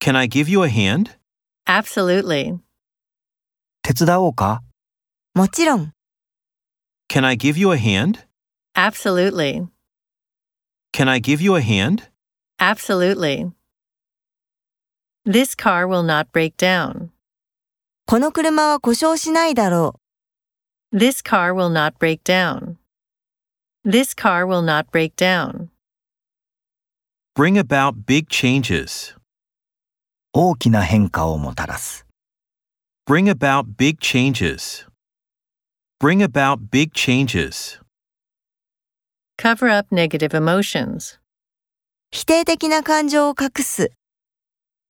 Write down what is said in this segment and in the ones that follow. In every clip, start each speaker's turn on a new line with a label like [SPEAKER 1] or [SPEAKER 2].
[SPEAKER 1] Can I give you a hand?
[SPEAKER 2] Absolutely.
[SPEAKER 3] 手伝おうか
[SPEAKER 4] もちろん、
[SPEAKER 1] Can I give you a hand?
[SPEAKER 2] Absolutely.
[SPEAKER 1] Can I give you a hand?
[SPEAKER 2] Absolutely. This car will not break down.
[SPEAKER 4] この車は故障しないだろ
[SPEAKER 2] This car will not break down. This car will not break down.
[SPEAKER 1] Bring about big changes.
[SPEAKER 3] 大きな変化をもたらす。
[SPEAKER 1] Bring about big changes. Bring about big changes.
[SPEAKER 2] Cover up negative emotions.
[SPEAKER 4] う。否定的な感情を隠す。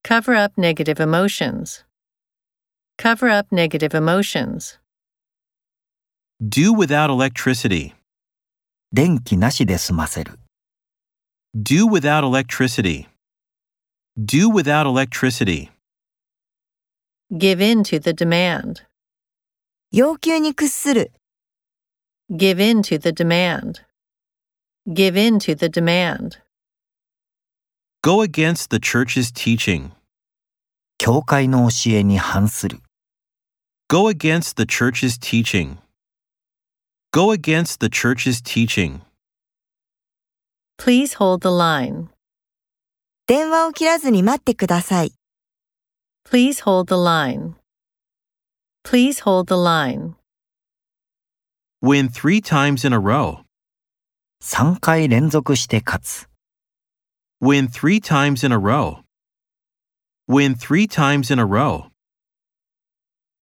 [SPEAKER 2] Cover up negative emotions. Cover up negative emotions.
[SPEAKER 1] Do without electricity.
[SPEAKER 3] 電気なしで済ませる。
[SPEAKER 1] Do without electricity. Do without electricity.
[SPEAKER 2] Give in to the demand.
[SPEAKER 4] 要求に屈する。
[SPEAKER 2] Give in to the demand. Give in to the demand.
[SPEAKER 1] Go against the church's teaching.
[SPEAKER 3] 教会の教えに反する。
[SPEAKER 1] Go against the church's teaching. Go against the church's teaching.
[SPEAKER 2] Please hold the line.
[SPEAKER 4] 電話を切らずに待ってください。
[SPEAKER 2] Please hold the line. Please hold the line.
[SPEAKER 1] Win three times in a row.
[SPEAKER 3] 3回連続して勝つ。
[SPEAKER 1] Win three times in a row. Win three times in a row.